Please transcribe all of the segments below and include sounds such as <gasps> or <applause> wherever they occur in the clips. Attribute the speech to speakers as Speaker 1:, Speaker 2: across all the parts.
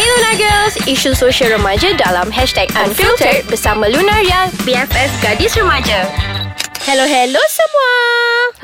Speaker 1: Lunar Girls, isu sosial remaja dalam hashtag Unfiltered bersama Lunaria, BFF Gadis Remaja.
Speaker 2: Hello, hello semua.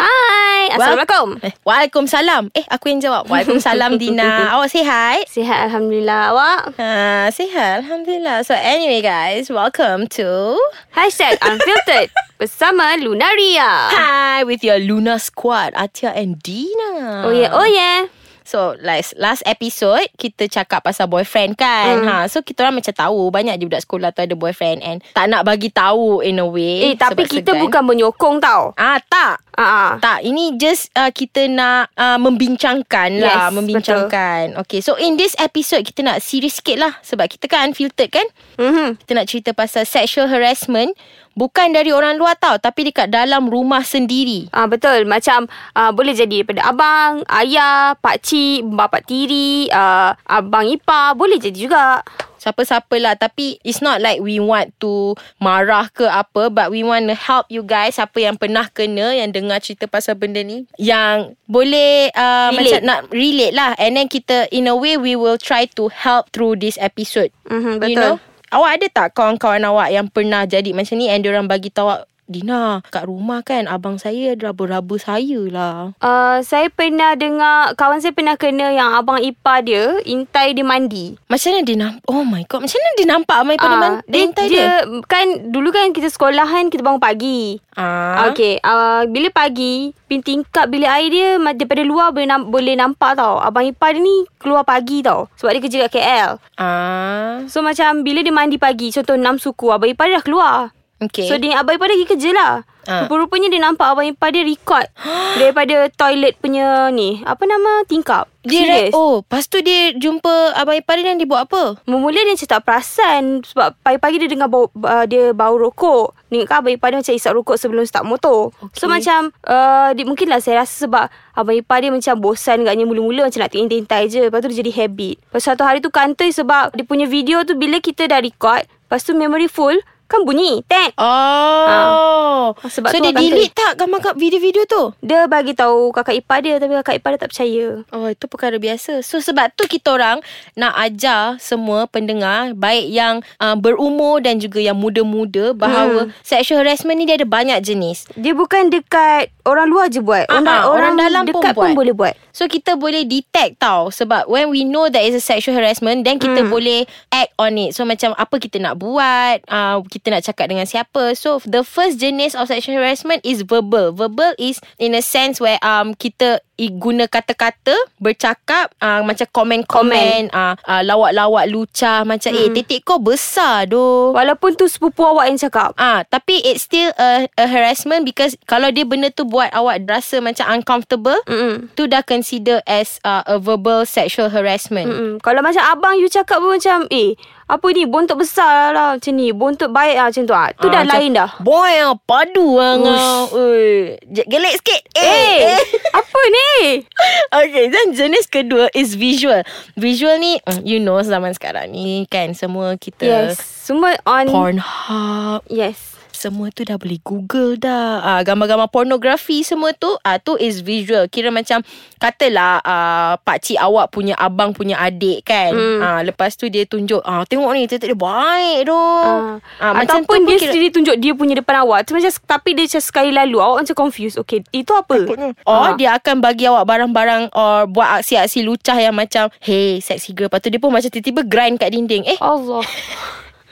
Speaker 1: Hai, Assalamualaikum.
Speaker 2: Eh, Waalaikumsalam. Eh, aku yang jawab. <laughs> Waalaikumsalam, Dina. Awak sihat?
Speaker 1: Sihat Alhamdulillah awak.
Speaker 2: Ha, sihat. Alhamdulillah. So, anyway guys, welcome to...
Speaker 1: <laughs> Hashtag Unfiltered bersama Lunaria.
Speaker 2: Hi with your Luna Squad, Atia and Dina.
Speaker 1: Oh yeah, oh yeah.
Speaker 2: So like last episode Kita cakap pasal boyfriend kan
Speaker 1: Hmm.
Speaker 2: ha, So kita orang macam tahu Banyak je budak sekolah tu ada boyfriend And tak nak bagi tahu in a
Speaker 1: Eh,
Speaker 2: way
Speaker 1: tapi
Speaker 2: sebab
Speaker 1: kita
Speaker 2: segan.
Speaker 1: bukan menyokong tau.
Speaker 2: Ah tak
Speaker 1: Ah,
Speaker 2: tak, ini just uh, kita nak uh, membincangkan lah,
Speaker 1: Yes,
Speaker 2: membincangkan. Betul. Okay, so in this episode kita nak serious sikit lah sebab kita kan unfiltered kan?
Speaker 1: ah. Mhm.
Speaker 2: Kita nak cerita pasal sexual harassment bukan dari orang luar tau, tapi dekat dalam rumah sendiri.
Speaker 1: Ah betul macam ah, boleh jadi daripada abang, ayah, pak cik, bapak tiri, ah, abang ipar boleh jadi juga.
Speaker 2: Siapa-siapa lah Tapi it's not like we want to marah ke apa But we want to help you guys Siapa yang pernah kena Yang dengar cerita pasal benda ni Yang boleh uh,
Speaker 1: Relate.
Speaker 2: Macam nak relate lah And then kita In a way we will try to help Through this episode
Speaker 1: Mhm,
Speaker 2: You
Speaker 1: betul.
Speaker 2: know Awak ada tak kawan-kawan awak Yang pernah jadi macam ni And diorang bagi tahu awak Dina kat rumah kan Abang saya ada raba-raba saya lah
Speaker 1: Uh, saya pernah dengar kawan saya pernah kena yang abang ipar dia intai dia mandi.
Speaker 2: Macam mana dia nampak Oh my god Macam mana dia nampak Amai pada
Speaker 1: Ah,
Speaker 2: man-
Speaker 1: dia,
Speaker 2: lantai
Speaker 1: dia, kan dulu kan kita sekolah kan kita bangun pagi.
Speaker 2: Ah.
Speaker 1: Huh? Okey, uh, bila pagi pintu tingkap bilik air dia ma- daripada luar boleh nampak, boleh nampak tau. Abang ipar dia ni keluar pagi tau sebab dia kerja kat KL.
Speaker 2: Ah.
Speaker 1: So macam bila dia mandi pagi contoh enam suku abang ipar dia dah keluar.
Speaker 2: Okay.
Speaker 1: So dia abang ipar dia pergi kerja lah.
Speaker 2: Ah.
Speaker 1: Rupa-rupanya dia nampak abang ipar dia
Speaker 2: <gasps>
Speaker 1: record daripada toilet punya ni. Apa nama tingkap?
Speaker 2: Dia
Speaker 1: Serious.
Speaker 2: Serious? Oh Lepas tu dia jumpa Abang Ipar dia Dan dia buat apa
Speaker 1: Mula-mula dia macam tak perasan Sebab pagi-pagi dia dengar bau, uh, dia bau rokok Ni kan abang ipar dia macam isap rokok sebelum start motor okay. So
Speaker 2: Okey.
Speaker 1: macam uh, dia, Mungkinlah saya rasa sebab Abang ipar dia macam bosan katnya mula-mula Macam nak tintai-tintai je Lepas tu dia jadi habit Lepas satu hari tu kantoi sebab Dia punya video tu bila kita dah record Lepas tu memory full Kan bunyi Tek
Speaker 2: Oh ha.
Speaker 1: Ah. Sebab
Speaker 2: So
Speaker 1: tu
Speaker 2: dia
Speaker 1: abang
Speaker 2: delete tak Gambar kat video-video tu
Speaker 1: Dia bagi tahu kakak ipar dia Tapi kakak ipar dia tak percaya
Speaker 2: Oh itu perkara biasa So sebab tu kita orang Nak ajar semua pendengar Baik yang uh, berumur Dan juga yang muda-muda Bahawa Sexual harassment ni Dia ada banyak jenis
Speaker 1: Dia bukan dekat Orang luar je buat Orang,
Speaker 2: Ah, ah, orang dalam pun
Speaker 1: dekat pun
Speaker 2: buat.
Speaker 1: boleh buat
Speaker 2: So kita boleh detect tau Sebab when we know That is a sexual harassment Then kita boleh Act on it So macam apa kita nak buat uh, Kita nak cakap dengan siapa So the first jenis Of sexual harassment Is verbal Verbal is In a sense where um Kita i- guna kata-kata Bercakap uh, Macam komen-komen uh, uh, Lawak-lawak lucah Macam eh titik kau besar doh
Speaker 1: Walaupun tu sepupu awak yang cakap
Speaker 2: Ah, tapi it's still a, a harassment because kalau dia benda tu buat awak rasa macam uncomfortable,
Speaker 1: Mm-mm.
Speaker 2: tu dah consider as uh, a verbal sexual harassment.
Speaker 1: Mm-mm. Kalau macam abang you cakap pun macam Eh apa ni bontot besar lah Macam ni Bontot baik lah macam tu ah. Tu dah
Speaker 2: macam,
Speaker 1: lain dah
Speaker 2: Boy, ah, padu lah kau. Oi, je- Gelek sikit.
Speaker 1: Eh
Speaker 2: <laughs> Eh. eh.
Speaker 1: Apa
Speaker 2: <laughs>
Speaker 1: ni
Speaker 2: Okay, dan jenis kedua is visual. Visual ni, mm, you know zaman sekarang ni kan semua kita
Speaker 1: Yes Semua on
Speaker 2: Pornhub
Speaker 1: Yes
Speaker 2: Semua tu dah boleh google dah ah, Gambar-gambar pornografi semua tu ah, Tu is visual Kira macam Katalah ah, Pakcik awak punya abang punya adik kan
Speaker 1: Hmm.
Speaker 2: ah, Lepas tu dia tunjuk ah, Tengok ni titik dia baik tu
Speaker 1: Ah,
Speaker 2: ah, macam tu
Speaker 1: Ataupun
Speaker 2: pun
Speaker 1: dia
Speaker 2: kira-
Speaker 1: sendiri tunjuk Dia punya depan awak tu macam, Tapi dia macam sekali lalu Awak macam confused Okay itu apa
Speaker 2: Or
Speaker 1: Ah.
Speaker 2: Oh, dia akan bagi awak barang-barang Or buat aksi-aksi lucah yang macam Hey sexy girl Lepas tu dia pun macam tiba-tiba grind kat dinding Eh
Speaker 1: Allah
Speaker 2: <laughs>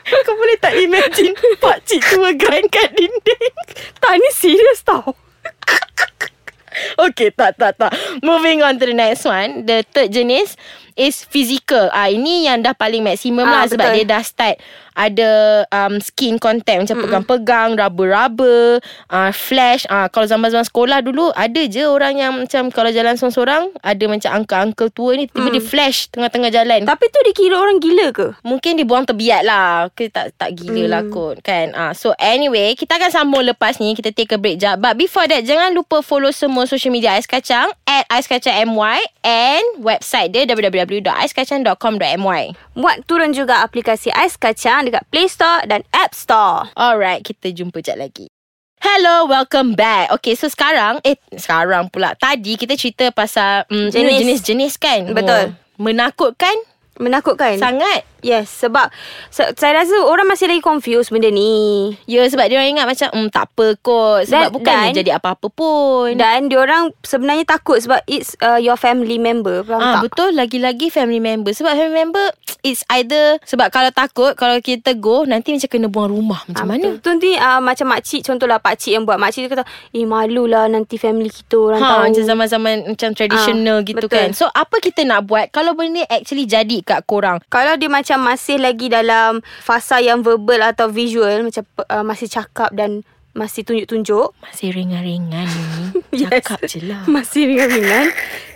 Speaker 2: kau boleh tak imagine Pakcik tua grind kat dinding
Speaker 1: <laughs> Tak ni serius tau
Speaker 2: <laughs> Okay, tak, tak, tak. Moving on to the next one. The third jenis is physical. Ah Ini yang dah paling maksimum
Speaker 1: Ah,
Speaker 2: lah sebab
Speaker 1: betul.
Speaker 2: dia dah start ada um, skin contact macam pegang-pegang, raba-raba, uh, flash. Ah Kalau zaman-zaman sekolah dulu ada je orang yang macam kalau jalan seorang-seorang ada macam uncle-uncle tua ni
Speaker 1: Mm.
Speaker 2: tiba-tiba dia flash tengah-tengah jalan.
Speaker 1: Tapi tu dia kira orang gila ke
Speaker 2: Mungkin dia buang terbiat lah Kita tak, tak gila hmm. lah kot Kan ah, So anyway Kita akan sambung lepas ni Kita take a break jap But before that Jangan lupa follow semua Social media Ais Kacang At Ais Kacang MY And website dia www.aiskacang.com.my
Speaker 1: Muat turun juga aplikasi Ais Kacang Dekat Play Store dan App Store
Speaker 2: Alright Kita jumpa jap lagi Hello, welcome back. Okay, so sekarang, eh sekarang pula. Tadi kita cerita pasal mm, you know,
Speaker 1: Jenis.
Speaker 2: jenis-jenis kan?
Speaker 1: Betul. Kan?
Speaker 2: Oh, menakutkan
Speaker 1: Menakutkan
Speaker 2: Sangat
Speaker 1: Yes Sebab se- Saya rasa orang masih lagi confused Benda ni
Speaker 2: Ya sebab dia orang ingat macam mm, Tak apa kot
Speaker 1: Dan-
Speaker 2: Sebab bukan
Speaker 1: dan-
Speaker 2: jadi apa-apa pun
Speaker 1: Dan diorang Sebenarnya takut Sebab it's uh, Your family member Faham
Speaker 2: Ah
Speaker 1: tak?
Speaker 2: betul lagi-lagi family member sebab family member it's either sebab kalau takut kalau kita go nanti macam kena buang rumah
Speaker 1: Ah,
Speaker 2: macam mana
Speaker 1: Tu nanti uh, macam makcik Contohlah pakcik yang buat Makcik tu kata Eh malulah nanti family kita Orang tahu
Speaker 2: Ha, macam zaman-zaman macam traditional
Speaker 1: Ah,
Speaker 2: gitu
Speaker 1: betul.
Speaker 2: kan. So apa kita nak buat kalau benda ni actually jadi kat korang?
Speaker 1: Kalau dia macam masih lagi dalam fasa yang verbal atau visual macam uh, masih cakap dan masih tunjuk-tunjuk
Speaker 2: Masih ringan-ringan
Speaker 1: <laughs>
Speaker 2: ni.
Speaker 1: Yes.
Speaker 2: Cakap je
Speaker 1: <laughs>
Speaker 2: lah.
Speaker 1: masih ringan-ringan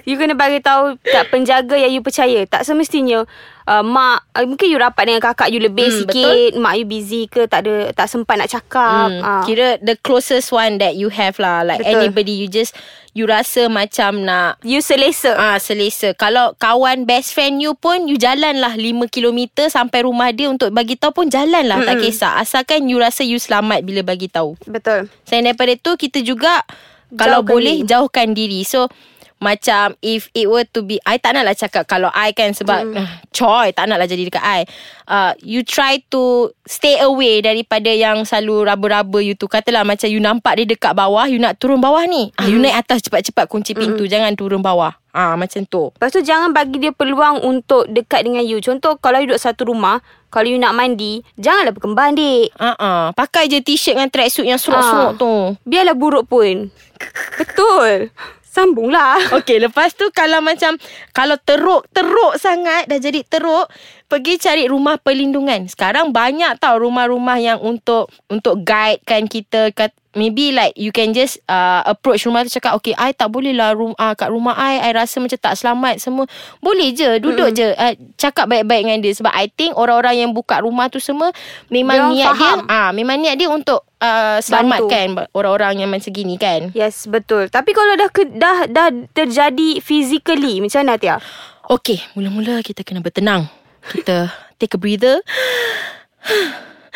Speaker 1: you kena bagi tahu kat penjaga yang you percaya tak semestinya uh, mak uh, mungkin you rapat dengan kakak you lebih
Speaker 2: Hmm,
Speaker 1: hmm, sikit betul. mak you busy ke tak ada tak sempat nak cakap
Speaker 2: Hmm,
Speaker 1: Ah.
Speaker 2: Kira the closest one that you have lah. Like
Speaker 1: Betul.
Speaker 2: anybody you just you rasa macam nak
Speaker 1: you selesa
Speaker 2: Ah selesa. Kalau kawan best friend you pun you jalan lah 5 km sampai rumah dia untuk bagi tahu pun jalan lah mm tak kisah. Asalkan you rasa you selamat bila bagi tahu.
Speaker 1: betul
Speaker 2: Selain daripada tu kita juga kalau
Speaker 1: Jauhkan
Speaker 2: boleh
Speaker 1: diri.
Speaker 2: jauhkan diri. So macam if it were to be I tak naklah cakap kalau I kan sebab
Speaker 1: Hmm.
Speaker 2: mm. coy tak naklah jadi dekat I. Uh, you try to stay away daripada yang selalu raba-raba you tu. Katalah macam you nampak dia dekat bawah, you nak turun bawah ni. Mm. Ah,
Speaker 1: Hmm.
Speaker 2: you naik atas cepat-cepat kunci pintu, mm. jangan turun bawah. Ah macam tu.
Speaker 1: Lepas tu jangan bagi dia peluang untuk dekat dengan you. Contoh kalau you duduk satu rumah, kalau you nak mandi, janganlah berkembang dik.
Speaker 2: Ah uh-uh. pakai je t-shirt dengan tracksuit yang
Speaker 1: Ah.
Speaker 2: serok-serok tu.
Speaker 1: Biarlah buruk pun. Betul. Sambunglah.
Speaker 2: <laughs> Okay lepas tu Kalau macam Kalau teruk-teruk sangat Dah jadi teruk Pergi cari rumah perlindungan Sekarang banyak tau Rumah-rumah yang untuk Untuk guidekan kita kat, Maybe like You can just uh, Approach rumah tu Cakap okay I tak boleh lah rum, uh, Kat rumah I I rasa macam tak selamat Semua Boleh je Duduk mm-hmm. je uh, Cakap baik-baik dengan dia Sebab I think Orang-orang yang buka rumah tu semua
Speaker 1: Dia
Speaker 2: Memang
Speaker 1: orang
Speaker 2: niat
Speaker 1: faham.
Speaker 2: dia ah, Memang niat dia untuk uh, Selamatkan Orang-orang yang macam gini kan
Speaker 1: Yes, betul. Tapi kalau dah ke, dah dah terjadi physically, macam mana Tia?
Speaker 2: Okay, mula-mula kita kena bertenang. Kita take a breather.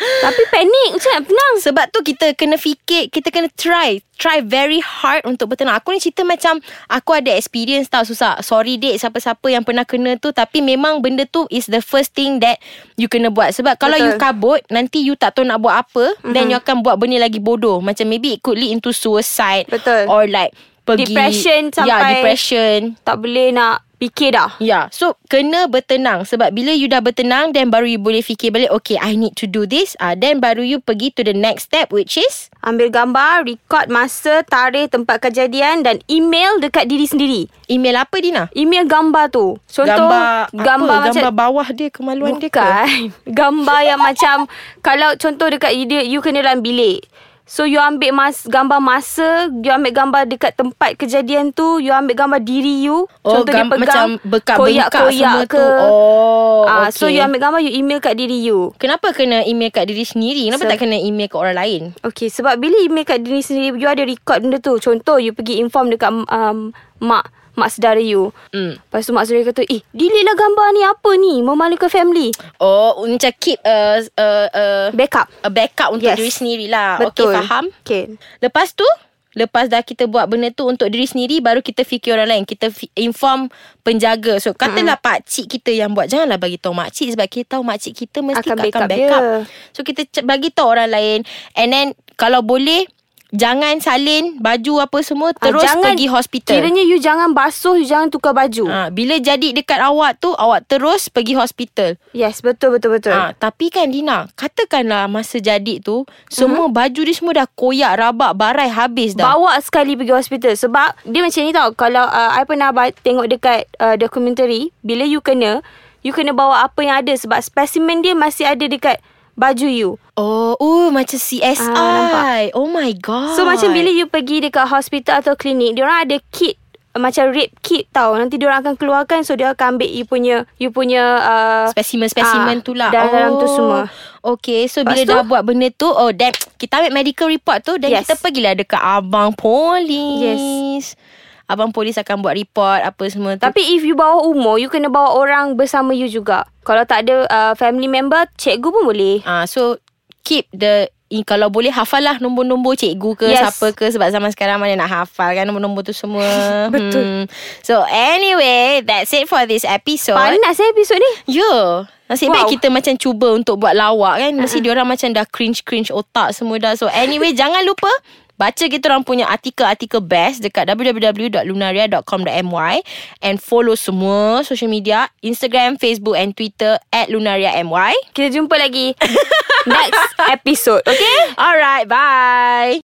Speaker 1: Tapi panik macam mana? tenang.
Speaker 2: Sebab tu kita kena fikir, kita kena try. Try very hard untuk bertenang. Aku ni cerita macam, aku ada experience tau susah. Sorry dek siapa-siapa yang pernah kena tu. Tapi memang benda tu is the first thing that you kena buat. Sebab kalau
Speaker 1: Betul.
Speaker 2: you kabut, nanti you tak tahu nak buat apa. Mm-hmm. Then you akan buat benda lagi bodoh. Macam maybe it could lead into suicide.
Speaker 1: Betul.
Speaker 2: Or like, pergi.
Speaker 1: Depression
Speaker 2: Yeah,
Speaker 1: sampai-
Speaker 2: depression.
Speaker 1: Tak boleh nak fikir dah.
Speaker 2: Ya, yeah. so kena bertenang sebab bila you dah bertenang then baru you boleh fikir balik okay I need to do this. Ah uh, then baru you pergi to the next step which is
Speaker 1: Ambil gambar, record masa, tarikh, tempat kejadian dan email dekat diri sendiri.
Speaker 2: email apa Dina?
Speaker 1: Email gambar tu. Contoh
Speaker 2: gambar
Speaker 1: gambar
Speaker 2: apa?
Speaker 1: macam
Speaker 2: gambar bawah dia kemaluan dia ke?
Speaker 1: Bukan <laughs> Gambar yang macam Kalau contoh dekat you, you kena dalam bilik So you ambil mas, gambar masa You ambil gambar dekat tempat kejadian tu You ambil gambar diri you
Speaker 2: Oh,
Speaker 1: dia
Speaker 2: gambar macam bekat-bengkak
Speaker 1: koyak-koyak
Speaker 2: semua tu. Oh,
Speaker 1: Ah, So
Speaker 2: okay.
Speaker 1: you ambil gambar You email kat diri you
Speaker 2: Kenapa kena email kat diri sendiri? Kenapa
Speaker 1: Se-
Speaker 2: tak kena email kat orang lain?
Speaker 1: Okay sebab bila email kat diri sendiri You ada record benda tu Contoh you pergi inform dekat um, Mak Mak saudara you
Speaker 2: Hmm.
Speaker 1: Lepas tu mak saudara kata Eh delete lah gambar ni Apa ni Memalukan family
Speaker 2: Oh, macam keep a a a,
Speaker 1: Backup
Speaker 2: a backup untuk
Speaker 1: Yes.
Speaker 2: diri sendirilah.
Speaker 1: Betul
Speaker 2: Okay, Ah, faham?
Speaker 1: Okay
Speaker 2: Lepas tu Lepas dah kita buat benda tu untuk diri sendiri Baru kita fikir orang lain Kita fi- inform penjaga So katalah mm-hmm. pakcik kita yang buat Janganlah bagi tahu makcik Sebab kita tahu makcik kita mesti akan
Speaker 1: Akan
Speaker 2: backup,
Speaker 1: backup
Speaker 2: backup.
Speaker 1: dia.
Speaker 2: So kita c- bagi tahu orang lain And then kalau boleh Jangan salin baju apa semua
Speaker 1: Ah,
Speaker 2: Terus
Speaker 1: jangan-
Speaker 2: pergi hospital
Speaker 1: Kiranya you jangan basuh You jangan tukar baju
Speaker 2: Ah, Bila jadi dekat awak tu Awak terus pergi hospital
Speaker 1: Yes betul betul betul
Speaker 2: Ah, tapi kan Dina, katakanlah masa jadi tu, semua
Speaker 1: Mm-hmm.
Speaker 2: baju dia semua dah koyak, rabak, barai habis dah.
Speaker 1: Bawa sekali pergi hospital Sebab Dia macam ni tau Kalau uh, I pernah ba- tengok dekat uh, Dokumentari Bila you kena You kena bawa apa yang ada Sebab spesimen dia Masih ada dekat Baju you
Speaker 2: Oh, oh macam
Speaker 1: Ah,
Speaker 2: CSI.
Speaker 1: nampak.
Speaker 2: oh my god.
Speaker 1: So macam bila you pergi Dekat hospital atau klinik Diorang ada kit uh, Macam rape kit tau Nanti diorang akan keluarkan So dia akan ambil You punya You punya uh, Ah,
Speaker 2: Spesimen-spesimen tu lah
Speaker 1: dah dalam tu semua.
Speaker 2: Okay So
Speaker 1: Lepas
Speaker 2: bila
Speaker 1: tu-
Speaker 2: dah buat benda tu Oh then Kita ambil medical report tu Then
Speaker 1: Yes.
Speaker 2: kita pergilah dekat Abang
Speaker 1: Yes.
Speaker 2: polis Abang polis akan buat report Apa semua tu
Speaker 1: Tapi if you bawa umur You kena bawa orang Bersama you juga Kalau tak ada uh, Family member Cikgu pun boleh
Speaker 2: Ah, uh, so keep the i- Kalau boleh hafal lah Nombor-nombor cikgu ke
Speaker 1: Yes.
Speaker 2: Siapa ke Sebab zaman sekarang Mana nak hafal kan Nombor-nombor tu semua
Speaker 1: <laughs> Betul.
Speaker 2: hmm. So anyway That's it for this episode
Speaker 1: Panas eh episod ni
Speaker 2: Ya yeah. Nasib
Speaker 1: Wow.
Speaker 2: wow. baik kita macam cuba untuk buat lawak kan Mesti uh-huh. diorang macam dah cringe-cringe otak semua dah So anyway <laughs> jangan lupa Baca kita orang punya artikel-artikel best dekat www.lunaria.com.my And follow semua social media Instagram, Facebook and Twitter at lunariamy
Speaker 1: Kita jumpa lagi Next episode Okay
Speaker 2: Alright, bye